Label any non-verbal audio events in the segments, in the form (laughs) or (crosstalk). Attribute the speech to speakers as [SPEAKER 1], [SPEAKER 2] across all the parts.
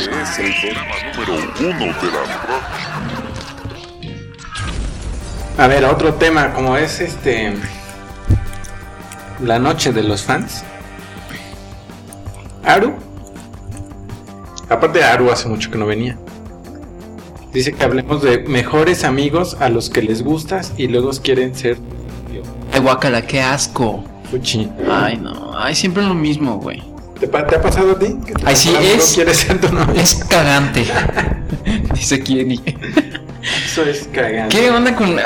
[SPEAKER 1] Este es el programa número uno de la radio.
[SPEAKER 2] A ver, otro tema, como es este. La noche de los fans. Aru. Aparte, Aru hace mucho que no venía. Dice que hablemos de mejores amigos a los que les gustas y luego quieren ser.
[SPEAKER 3] Ay, guacala, qué asco.
[SPEAKER 2] Fuchi.
[SPEAKER 3] Ay, no. Ay, siempre lo mismo, güey.
[SPEAKER 2] ¿Te, pa- te ha pasado a ti? que tu
[SPEAKER 3] Ay, sí,
[SPEAKER 2] mejor amigo
[SPEAKER 3] es.
[SPEAKER 2] quiere ser tu novio?
[SPEAKER 3] Es cagante. (laughs) Dice Kiri.
[SPEAKER 2] Eso es cagante.
[SPEAKER 3] ¿Qué onda con.? Ah,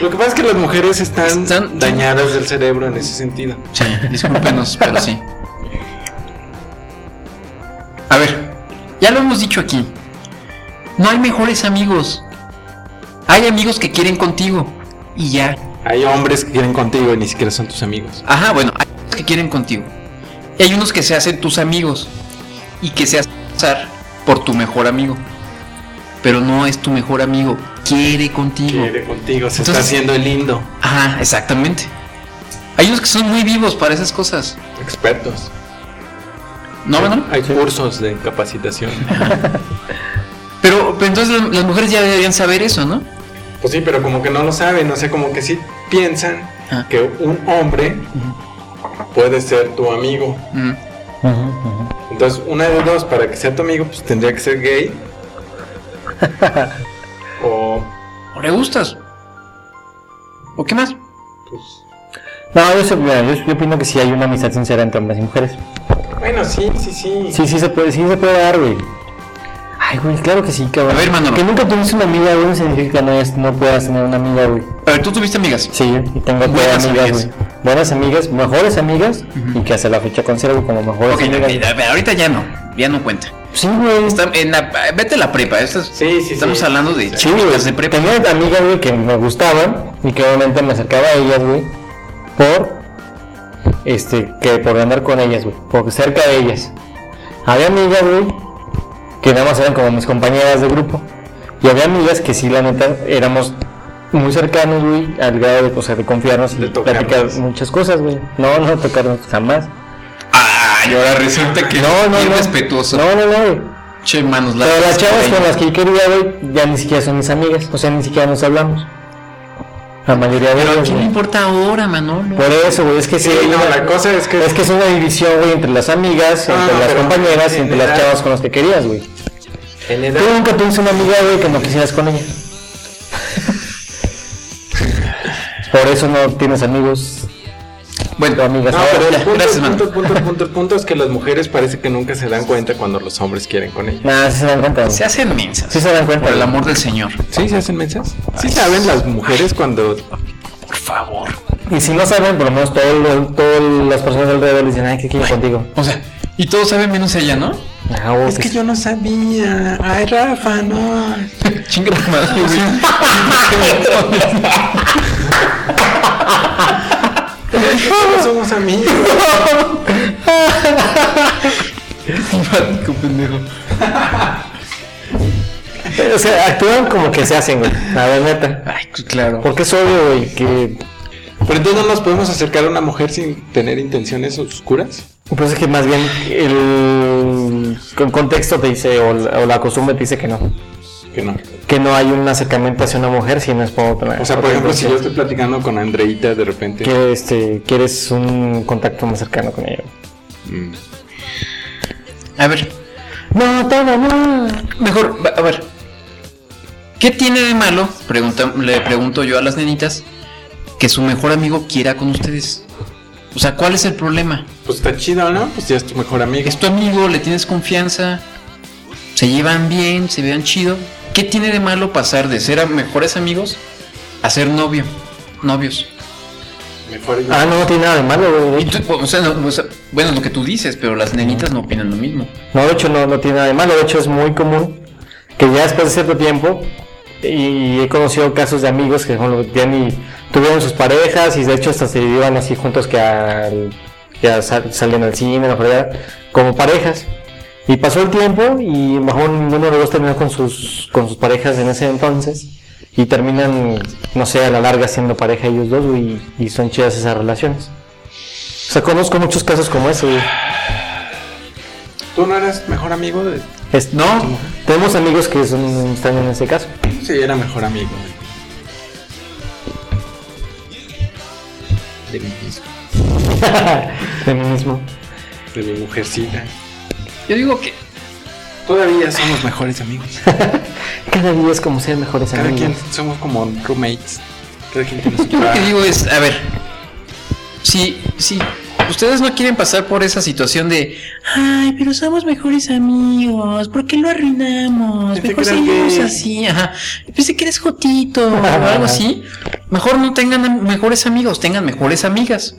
[SPEAKER 2] Lo que pasa es que las mujeres están,
[SPEAKER 3] Están-
[SPEAKER 2] dañadas del cerebro en ese sentido.
[SPEAKER 3] Sí, discúlpenos, pero sí. A ver, ya lo hemos dicho aquí. No hay mejores amigos. Hay amigos que quieren contigo. Y ya.
[SPEAKER 2] Hay hombres que quieren contigo y ni siquiera son tus amigos.
[SPEAKER 3] Ajá, bueno, hay unos que quieren contigo. Y hay unos que se hacen tus amigos. Y que se hacen pasar por tu mejor amigo. Pero no es tu mejor amigo. Quiere contigo.
[SPEAKER 2] Quiere contigo, se está
[SPEAKER 3] Entonces-
[SPEAKER 2] haciendo el lindo.
[SPEAKER 3] Ajá, exactamente. Hay unos que son muy vivos para esas cosas.
[SPEAKER 2] Expertos.
[SPEAKER 3] ¿No, Manuel?
[SPEAKER 2] Hay cursos de capacitación.
[SPEAKER 3] Pero, pero entonces las mujeres ya deberían saber eso, ¿no?
[SPEAKER 2] pues sí, pero como que no lo saben, no sé, como que sí piensan
[SPEAKER 3] Ah.
[SPEAKER 2] que un hombre puede ser tu amigo.
[SPEAKER 3] Mm.
[SPEAKER 2] Entonces, una de dos, para que sea tu amigo, pues tendría que ser
[SPEAKER 3] (laughs)
[SPEAKER 2] gay. o
[SPEAKER 3] ¿O le gustas? ¿O qué más?
[SPEAKER 2] pues
[SPEAKER 4] No, yo, sé- mira, yo, yo opino que sí hay una amistad sincera entre hombres y mujeres.
[SPEAKER 2] bueno, sí, sí, sí.
[SPEAKER 4] Sí, sí se puede, sí se puede dar, güey. Ay, güey, claro que sí, cabrón.
[SPEAKER 3] A ver, Manolo.
[SPEAKER 4] Que nunca tuviste una amiga, güey, no significa que no, es- no puedas tener una amiga, güey.
[SPEAKER 3] A ver, tú tuviste amigas.
[SPEAKER 4] Sí, y tengo
[SPEAKER 3] Buenas
[SPEAKER 4] buenas amigas,
[SPEAKER 3] amigas.
[SPEAKER 4] güey. Buenas amigas, mejores amigas, y que hasta la fecha conservo como mejores
[SPEAKER 3] Ok,
[SPEAKER 4] amigas.
[SPEAKER 3] a ver, ahorita ya no. Ya no cuenta.
[SPEAKER 4] Sí, güey.
[SPEAKER 3] Está en la- vete a la prepa. estas-
[SPEAKER 2] Sí, sí,
[SPEAKER 3] estamos
[SPEAKER 2] sí.
[SPEAKER 3] hablando de
[SPEAKER 4] Sí, güey.
[SPEAKER 3] chicas de prepa.
[SPEAKER 4] Tenía amigas, güey, que me gustaban y que obviamente me acercaba a ellas, güey, por este, que por andar con ellas, güey, por cerca de ellas. Había amigas, güey, que nada más eran como mis compañeras de grupo. Y había amigas que sí, la neta, éramos muy cercanos, güey, al grado de, o sea, de confiarnos y
[SPEAKER 2] De tocarnos.
[SPEAKER 4] platicar muchas cosas, güey. No, no tocarnos jamás.
[SPEAKER 3] Ah, y ahora resulta que
[SPEAKER 4] No, no,
[SPEAKER 3] bien
[SPEAKER 4] no.
[SPEAKER 3] respetuoso.
[SPEAKER 4] No, no, no, güey.
[SPEAKER 3] Che, manos
[SPEAKER 4] Pero las chavas
[SPEAKER 3] por ahí.
[SPEAKER 4] con las que yo quería, güey, ya ni siquiera son mis amigas. O sea, ni siquiera nos hablamos. La mayoría de
[SPEAKER 3] Pero ¿a
[SPEAKER 4] ellas,
[SPEAKER 3] quién le
[SPEAKER 4] güey.
[SPEAKER 3] importa ahora, Manolo?
[SPEAKER 4] Por eso, güey, es que sí.
[SPEAKER 2] Sí, no,
[SPEAKER 4] güey,
[SPEAKER 2] la cosa es que
[SPEAKER 4] Es que es una división, güey, entre las amigas,
[SPEAKER 2] No,
[SPEAKER 4] entre
[SPEAKER 2] no,
[SPEAKER 4] las
[SPEAKER 2] pero
[SPEAKER 4] compañeras y
[SPEAKER 2] en
[SPEAKER 4] entre las
[SPEAKER 2] general-
[SPEAKER 4] chavas con las que querías, güey.
[SPEAKER 2] en
[SPEAKER 4] Tú
[SPEAKER 2] edad
[SPEAKER 4] nunca tuviste una amiga, güey, que no quisieras con ella. Por eso no tienes amigos o
[SPEAKER 3] Bueno,
[SPEAKER 4] amigas.
[SPEAKER 2] No,
[SPEAKER 4] ahora.
[SPEAKER 2] pero el punto,
[SPEAKER 3] gracias,
[SPEAKER 2] el
[SPEAKER 3] mano.
[SPEAKER 2] punto, el punto, el punto, el punto es que las mujeres parece que nunca se dan cuenta cuando los hombres quieren con ellas.
[SPEAKER 4] Nada, sí se dan cuenta, güey.
[SPEAKER 3] se hacen mensas.
[SPEAKER 4] Sí se dan cuenta.
[SPEAKER 3] Por el
[SPEAKER 4] güey.
[SPEAKER 3] amor del Señor.
[SPEAKER 2] ¿Sí se hacen mensas? ¿Sí saben las mujeres (laughs) cuando...
[SPEAKER 3] Por favor.
[SPEAKER 4] Y si no saben, por lo menos todas las personas alrededor dicen, ay, ¿qué quiero contigo?
[SPEAKER 3] O sea, y todos saben menos ella,
[SPEAKER 4] (laughs)
[SPEAKER 3] ¿no?
[SPEAKER 4] Ah, güey, que
[SPEAKER 2] yo no sabía. Ay, Rafa, no.
[SPEAKER 3] Chinga tu madre, güey.
[SPEAKER 2] No somos amigos.
[SPEAKER 4] (laughs)
[SPEAKER 3] Simpático, pendejo.
[SPEAKER 4] O sea, actúan como que se hacen, güey. La ver, neta.
[SPEAKER 3] Ay, pues, claro.
[SPEAKER 4] Porque es obvio, güey, que.
[SPEAKER 2] Pero entonces no nos podemos acercar a una mujer sin tener intenciones oscuras.
[SPEAKER 4] Pues es que más bien el, el contexto te dice, o la, o la costumbre te dice que no.
[SPEAKER 2] Que no.
[SPEAKER 4] Que no hay un acercamiento hacia una mujer si no es por otra.
[SPEAKER 2] O sea, por
[SPEAKER 4] otra
[SPEAKER 2] ejemplo, si yo
[SPEAKER 4] intención.
[SPEAKER 2] estoy platicando con Andreita de repente...
[SPEAKER 4] Que este, quieres un contacto más cercano con ella.
[SPEAKER 2] mm,
[SPEAKER 3] A ver,
[SPEAKER 4] No, todo, no.
[SPEAKER 3] mejor, va- a ver. ¿Qué tiene de malo? Pregunta, le pregunto yo a las nenitas. Que su mejor amigo quiera con ustedes. O sea, ¿cuál es el problema?
[SPEAKER 2] Pues está chido, ¿no? Pues ya es tu mejor amigo.
[SPEAKER 3] Es tu amigo, le tienes confianza. Se llevan bien, se vean chido. ¿Qué tiene de malo pasar de ser a- mejores amigos a ser novio? Novios.
[SPEAKER 2] Mejor amigo.
[SPEAKER 4] Ah, no, no tiene nada de malo, güey.
[SPEAKER 3] Y tú- o sea, no, o sea, bueno, es lo que tú dices, pero las nenitas no opinan lo mismo.
[SPEAKER 4] No, de hecho no, no tiene nada de malo, de hecho es muy común que ya después de cierto tiempo, y he conocido casos de amigos que bueno, ya ni tuvieron sus parejas y de hecho hasta se iban así juntos que al- ya sal- salen al cine, la verdad, como parejas. Y pasó el tiempo y a lo mejor ninguno de los dos terminó con sus, con sus parejas en ese entonces. Y terminan, no sé, a la larga siendo pareja ellos dos, güey, y, y son chidas esas relaciones. O sea, conozco muchos casos como ese, güey.
[SPEAKER 2] ¿Tú no eras mejor amigo de.?
[SPEAKER 4] Es- no, tenemos amigos que son, están en ese (laughs) caso.
[SPEAKER 2] Sí, era mejor amigo. De mí mismo,
[SPEAKER 4] De mí mismo.
[SPEAKER 2] de mi mujercita.
[SPEAKER 3] Yo digo que
[SPEAKER 2] Todavía (laughs) somos mejores amigos.
[SPEAKER 4] Cada día es como ser mejores
[SPEAKER 2] Cada quien
[SPEAKER 4] amigos.
[SPEAKER 2] somos como roommates. Cada quien tiene su
[SPEAKER 3] Yo lo que
[SPEAKER 2] trabajo.
[SPEAKER 3] digo es, a ver, si, si ustedes no quieren pasar por esa situación de, ay, pero somos mejores amigos, ¿por qué lo arruinamos?
[SPEAKER 2] Pensé
[SPEAKER 3] Mejor
[SPEAKER 2] que eras
[SPEAKER 3] seguimos
[SPEAKER 2] gay".
[SPEAKER 3] así, ajá. Pensé que eres jotito o algo así. Mejor no tengan am- mejores amigos, tengan mejores amigas.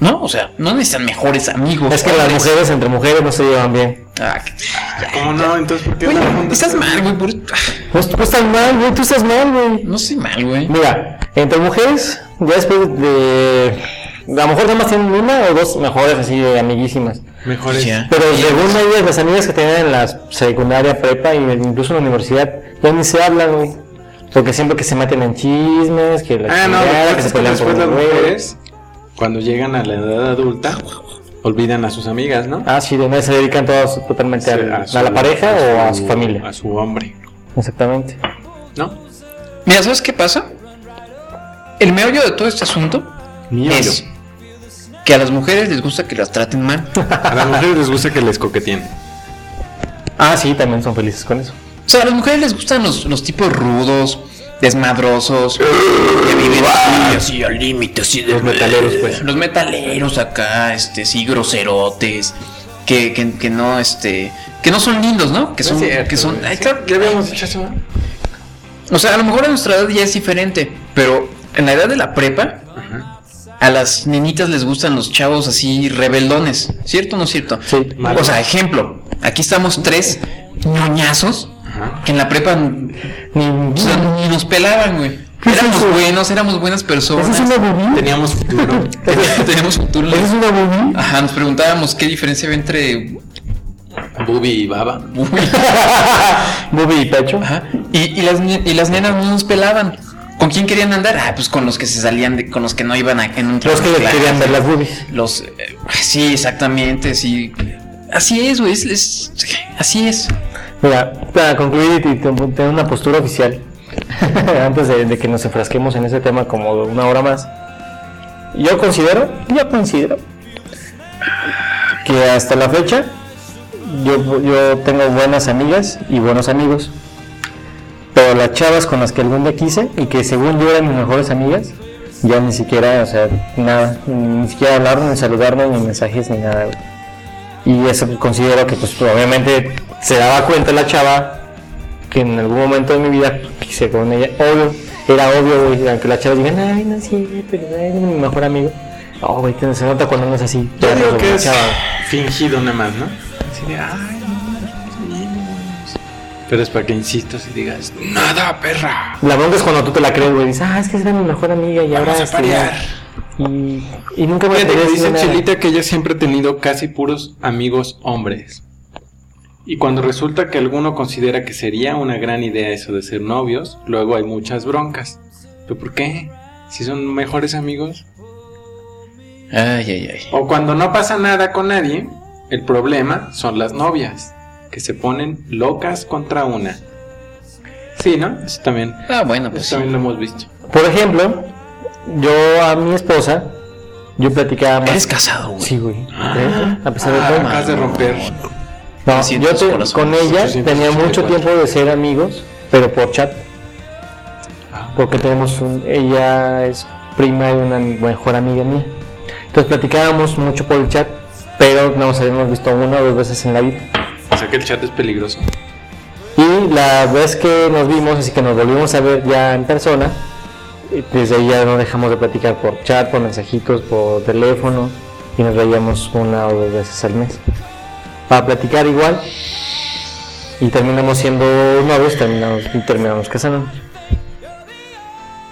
[SPEAKER 3] ¿No? O sea, no necesitan mejores amigos.
[SPEAKER 4] Es que las
[SPEAKER 3] hombres.
[SPEAKER 4] mujeres entre mujeres no se llevan bien.
[SPEAKER 3] Ah, que-
[SPEAKER 2] ¿Cómo no? Entonces, ¿por qué
[SPEAKER 3] Güey,
[SPEAKER 2] andan juntos?
[SPEAKER 3] estás mal, güey. por- ah,
[SPEAKER 4] Pues tú estás mal, güey, tú estás mal, güey.
[SPEAKER 3] No sé mal, güey.
[SPEAKER 4] Mira, entre mujeres, ya después de. A lo mejor nada más tienen una o dos mejores así de amiguísimas.
[SPEAKER 2] Mejores.
[SPEAKER 3] Ya.
[SPEAKER 4] Pero según ellas, las amigas que tienen en la secundaria, prepa y incluso en la universidad, ya ni se hablan, güey. Porque siempre que se maten en chismes, que la
[SPEAKER 2] Ah, no,
[SPEAKER 4] chingada,
[SPEAKER 2] lo que
[SPEAKER 4] que
[SPEAKER 2] pasa
[SPEAKER 4] se
[SPEAKER 2] es que
[SPEAKER 4] pelean por
[SPEAKER 2] después las
[SPEAKER 4] los güeyes.
[SPEAKER 2] mujeres, cuando llegan a la edad adulta, olvidan a sus amigas, ¿no?
[SPEAKER 4] Ah, sí, de una vez se dedican todos totalmente
[SPEAKER 2] Sí,
[SPEAKER 4] al- a,
[SPEAKER 2] su-
[SPEAKER 4] la pareja o a su familia.
[SPEAKER 2] A su hombre,
[SPEAKER 4] Exactamente.
[SPEAKER 2] ¿no?
[SPEAKER 3] Mira, ¿sabes qué pasa? El meollo de todo este asunto es que a las mujeres les gusta que las traten mal.
[SPEAKER 2] A las mujeres les gusta que les coqueteen.
[SPEAKER 4] Ah, sí, también son felices con eso.
[SPEAKER 3] O sea, a las mujeres les gustan los, los tipos rudos, desmadrosos, que viven así, así al límite, así de...
[SPEAKER 4] Los metaleros, pues.
[SPEAKER 3] Los metaleros acá, este, sí, groserotes, que, que, que no, este... Que no son lindos, ¿no? Que son... que son ay, claro,
[SPEAKER 2] ya habíamos dicho eso, ¿no?
[SPEAKER 3] o sea, a lo mejor a nuestra edad ya es diferente, pero en la edad de la prepa...
[SPEAKER 2] Ajá.
[SPEAKER 3] A las nenitas les gustan los chavos así rebeldones, ¿cierto o no es cierto?
[SPEAKER 4] Sí,
[SPEAKER 2] malo.
[SPEAKER 3] O sea, ejemplo, aquí estamos tres ñoñazos
[SPEAKER 2] Ajá.
[SPEAKER 3] que en la prepa
[SPEAKER 4] Ni,
[SPEAKER 3] o sea, ni nos pelaban, güey.
[SPEAKER 4] ¿Qué es
[SPEAKER 3] Éramos
[SPEAKER 4] eso?
[SPEAKER 3] buenos, éramos buenas
[SPEAKER 4] ¿Eso es
[SPEAKER 3] personas.
[SPEAKER 4] una bubí?
[SPEAKER 2] Teníamos futuro.
[SPEAKER 4] (laughs)
[SPEAKER 3] Teníamos futuro.
[SPEAKER 4] ¿Eso es una bubí?
[SPEAKER 3] Ajá, nos preguntábamos qué diferencia había entre.
[SPEAKER 2] Bubi y Baba.
[SPEAKER 4] (laughs) Bubí y pecho.
[SPEAKER 3] Ajá. Y, y las, ni- y las nenas no nos pelaban. ¿Con quién querían andar? Ah, pues con los que se salían, de, con los que no iban a, en un
[SPEAKER 4] Los que les
[SPEAKER 3] clase.
[SPEAKER 4] querían ver las boobies.
[SPEAKER 3] Los. eh, sí, exactamente, sí. Así es, güey. es- es- así es.
[SPEAKER 4] Mira, para concluir y ten- tener una postura oficial, (laughs) antes de, de que nos enfrasquemos en ese tema como una hora más, yo considero, yo considero que hasta la fecha yo, yo tengo buenas amigas y buenos amigos, pero las chavas con las que algún día quise y que según yo eran mis mejores amigas, ya ni siquiera, o sea, nada, ni siquiera hablaron, ni saludaron, ni mensajes, ni nada, güey. Y eso considero que pues obviamente se daba cuenta la chava que en algún momento de mi vida quise con ella. Obvio, era obvio, güey, aunque la chava digan, ay, no sí, pero es mi mejor amigo. Oh, güey, que se nota cuando no es así.
[SPEAKER 2] Yo
[SPEAKER 4] Ya no
[SPEAKER 2] digo
[SPEAKER 4] soy
[SPEAKER 2] que
[SPEAKER 4] la
[SPEAKER 2] es
[SPEAKER 4] chava.
[SPEAKER 2] fingido nada más, ¿no? Así de, ay, no, amigos. Pero es para que insistas y digas, nada, perra.
[SPEAKER 4] La bronca es cuando tú te la crees, güey, dices, ah, es que es mi mejor amiga y ahora...
[SPEAKER 2] Vamos a
[SPEAKER 4] este,
[SPEAKER 2] parear.
[SPEAKER 4] Y, y nunca
[SPEAKER 2] Fíjate
[SPEAKER 4] me
[SPEAKER 2] que
[SPEAKER 4] enteré
[SPEAKER 2] dice
[SPEAKER 4] de nada.
[SPEAKER 2] Chelita que ella siempre ha tenido casi puros amigos hombres. Y cuando resulta que alguno considera que sería una gran idea eso de ser novios, luego hay muchas broncas. ¿Pero por qué? Si son mejores amigos.
[SPEAKER 3] Ay, ay, ay.
[SPEAKER 2] O cuando no pasa nada con nadie, el problema son las novias, que se ponen locas contra una. Sí, ¿no? Eso también,
[SPEAKER 3] Ah, bueno, pues
[SPEAKER 2] eso
[SPEAKER 3] sí.
[SPEAKER 2] también lo hemos visto.
[SPEAKER 4] Por ejemplo, yo a mi esposa, yo platicaba más...
[SPEAKER 3] Eres casado, güey.
[SPEAKER 4] Sí, güey. ¿eh?
[SPEAKER 2] Ah.
[SPEAKER 4] Pues A pesar de
[SPEAKER 2] Ah,
[SPEAKER 4] todo.
[SPEAKER 2] acabas de romper.
[SPEAKER 4] No,
[SPEAKER 3] 300
[SPEAKER 4] yo te-
[SPEAKER 3] corazones.
[SPEAKER 4] con ella
[SPEAKER 2] 884.
[SPEAKER 4] tenía mucho tiempo de ser amigos, pero por chat,
[SPEAKER 2] Ah,
[SPEAKER 4] porque tenemos un, ella es prima de una mejor amiga mía. Entonces platicábamos mucho por el chat, pero no nos habíamos visto una o dos veces en la vida.
[SPEAKER 2] o sea que el chat es peligroso.
[SPEAKER 4] Y la vez que nos vimos, así que nos volvimos a ver ya en persona, eh, desde ahí ya no dejamos de platicar por chat, por mensajitos, por teléfono, y nos veíamos una o dos veces al mes. Para platicar igual, y terminamos siendo novios, terminamos, y terminamos casándonos.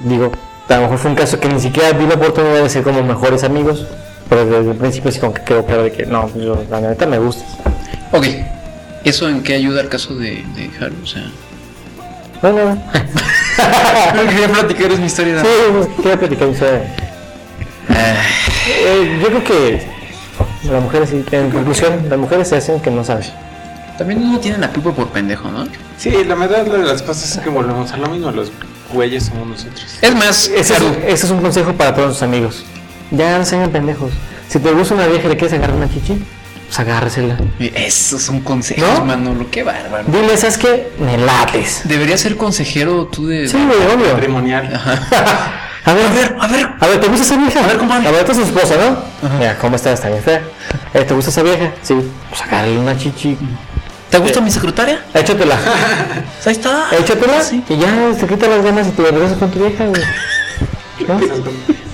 [SPEAKER 4] Digo, a lo mejor fue un caso que ni siquiera vi la oportunidad de ser como mejores amigos, pero desde el principio sí como que quedó claro de que no, pues yo, la neta me gustas.
[SPEAKER 3] Ok.
[SPEAKER 4] (laughs)
[SPEAKER 3] ¿Eso en qué ayuda al caso de, de Haru? O sea,
[SPEAKER 4] No, no, no.
[SPEAKER 3] Quería platicar es mi historia. nada
[SPEAKER 4] Sí,
[SPEAKER 3] más.
[SPEAKER 4] pues, quiero platicar mi historia.
[SPEAKER 3] Ah,
[SPEAKER 4] Eh, yo creo que las mujeres, sí, en conclusión, las mujeres se hacen que no saben.
[SPEAKER 3] También uno tiene la culpa por pendejo, ¿no?
[SPEAKER 2] Sí, la verdad lo de las cosas es que volvemos a lo mismo, los güeyes somos nosotros.
[SPEAKER 3] Es más,
[SPEAKER 4] Ese es,
[SPEAKER 3] Haru,
[SPEAKER 4] ese es un consejo para todos sus amigos. Ya no sean pendejos. Si te gusta una vieja y le quieres agarrar una chichi, pues agárresela.
[SPEAKER 3] esos son consejos,
[SPEAKER 4] ¿No?
[SPEAKER 3] Manolo. Qué bárbaro.
[SPEAKER 4] Dile, ¿sabes qué? Me lates.
[SPEAKER 3] Deberías ser consejero tú de.
[SPEAKER 4] Sí, güey, obvio.
[SPEAKER 2] Patrimonial.
[SPEAKER 4] (laughs)
[SPEAKER 2] (laughs)
[SPEAKER 4] A ver,
[SPEAKER 3] A ver, a ver.
[SPEAKER 4] A ver, ¿te gusta esa vieja?
[SPEAKER 3] A ver, compadre.
[SPEAKER 4] A ver, esta es su esposa, ¿no? Mira, ¿cómo está? Está bien fea. Eh, ¿Te gusta esa vieja? Sí. Pues agárrale una chichi.
[SPEAKER 3] ¿Te gusta mi secretaria?
[SPEAKER 4] Échatela.
[SPEAKER 3] (laughs) Ahí está.
[SPEAKER 4] Échatela.
[SPEAKER 3] Ah, Sí.
[SPEAKER 4] Y ya te quita las ganas y te regresas con tu vieja, güey. ¿No?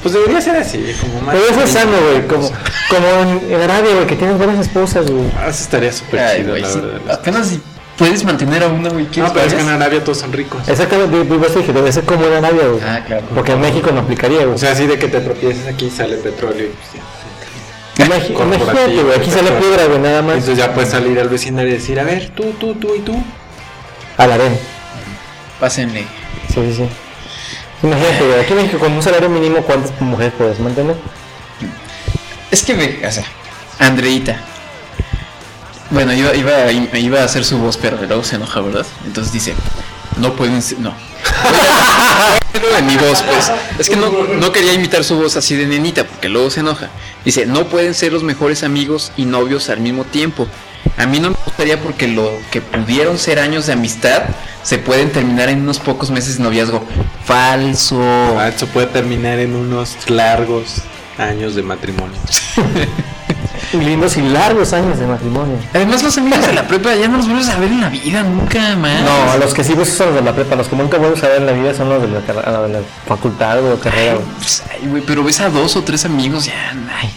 [SPEAKER 2] Pues debería ser así, como más.
[SPEAKER 4] Pero eso es sano, güey. Como, como en, en Arabia, güey, que tienes buenas esposas, güey.
[SPEAKER 2] Ah, Eso estaría súper
[SPEAKER 3] Ay,
[SPEAKER 2] chido,
[SPEAKER 3] güey,
[SPEAKER 2] la
[SPEAKER 3] sí.
[SPEAKER 2] verdad.
[SPEAKER 3] Apenas si puedes mantener a una,
[SPEAKER 4] Ah,
[SPEAKER 3] güey. ¿quieres
[SPEAKER 2] No, pero es que en
[SPEAKER 3] varias?
[SPEAKER 2] Arabia todos son ricos.
[SPEAKER 4] Exactamente, yo- yo por eso dije, debe ser como en Arabia, güey.
[SPEAKER 3] Ah, claro.
[SPEAKER 4] Porque en México no aplicaría, güey.
[SPEAKER 2] O sea, así de que te tropieces aquí sale petróleo y pues ya.
[SPEAKER 4] En Meji- en
[SPEAKER 2] corporativo,
[SPEAKER 4] Imagínate, güey, aquí sale
[SPEAKER 2] perfecto.
[SPEAKER 4] piedra, güey, nada más.
[SPEAKER 2] Entonces ya puedes salir al vecindario y decir, a ver, tú, tú, tú y tú.
[SPEAKER 4] A la arena.
[SPEAKER 3] Pásenle.
[SPEAKER 4] Sí, sí, sí. Imagínate, güey, aquí en México con un salario mínimo, ¿cuántas mujeres puedes mantener?
[SPEAKER 3] Es que ve, o sea, Andreita. Bueno, iba, iba, iba a hacer su voz, pero luego se enoja, ¿verdad? Entonces dice, no pueden ser, no. Pero en mi voz, pues. Es que no, no quería imitar su voz así de nenita, porque luego se enoja. Dice, no pueden ser los mejores amigos y novios al mismo tiempo. A mí no me gustaría porque lo que pudieron ser años de amistad se pueden terminar en unos pocos meses de noviazgo. Falso.
[SPEAKER 2] Ah, eso puede terminar en unos largos años de matrimonio.
[SPEAKER 4] Y lindos y largos años de matrimonio.
[SPEAKER 3] Además, los amigos de la prepa ya no los vuelves a ver en la vida nunca más.
[SPEAKER 4] No, a los que sí gustan son los de la prepa, los que nunca vuelves a ver en la vida son los de la, carre- ah, de la facultad o carrera, güey.
[SPEAKER 3] Pues, ay, güey, pero ves a dos o tres amigos ya. Ay.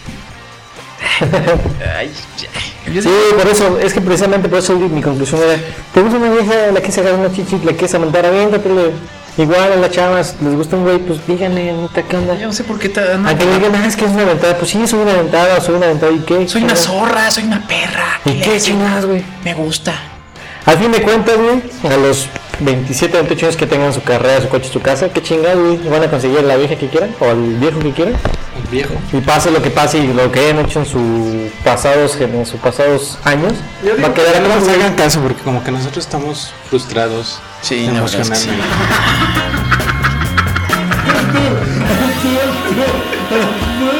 [SPEAKER 3] Ay, ya. Yo
[SPEAKER 4] Sí,
[SPEAKER 3] digo,
[SPEAKER 4] por eso, es que precisamente por eso mi conclusión era, ¿te gusta una vieja, la quieres agarrar una chichi, la quieres amantar, aviéntatele? Igual a las chavas, les gusta un güey, pues díganle, neta, ¿qué onda?
[SPEAKER 3] Yo no sé por qué te- no,
[SPEAKER 4] Aunque le digan, ah, es que es una ventada, pues sí, soy una ventada, soy una ventada, ¿y qué?
[SPEAKER 3] soy una zorra, soy una perra.
[SPEAKER 4] ¿Y qué
[SPEAKER 3] le-
[SPEAKER 4] chingadas, güey?
[SPEAKER 3] Me gusta.
[SPEAKER 4] Al fin de cuentas, güey, a los 27, 28 años que tengan su carrera, su coche, su casa, ¿qué chingadas, güey? ¿Van a conseguir la vieja que quieran o al viejo que quieran?
[SPEAKER 2] El viejo.
[SPEAKER 4] Y pase lo que pase y lo que hayan hecho en sus pasados, en sus pasados años,
[SPEAKER 2] Yo
[SPEAKER 4] va
[SPEAKER 2] digo
[SPEAKER 4] a
[SPEAKER 2] que
[SPEAKER 4] quedar
[SPEAKER 2] ya no
[SPEAKER 4] atrás,
[SPEAKER 2] nos
[SPEAKER 4] güey.
[SPEAKER 2] hagan caso porque como que nosotros estamos frustrados
[SPEAKER 3] Sí, la verdad es que sí.
[SPEAKER 2] emocionalmente.
[SPEAKER 4] Ay,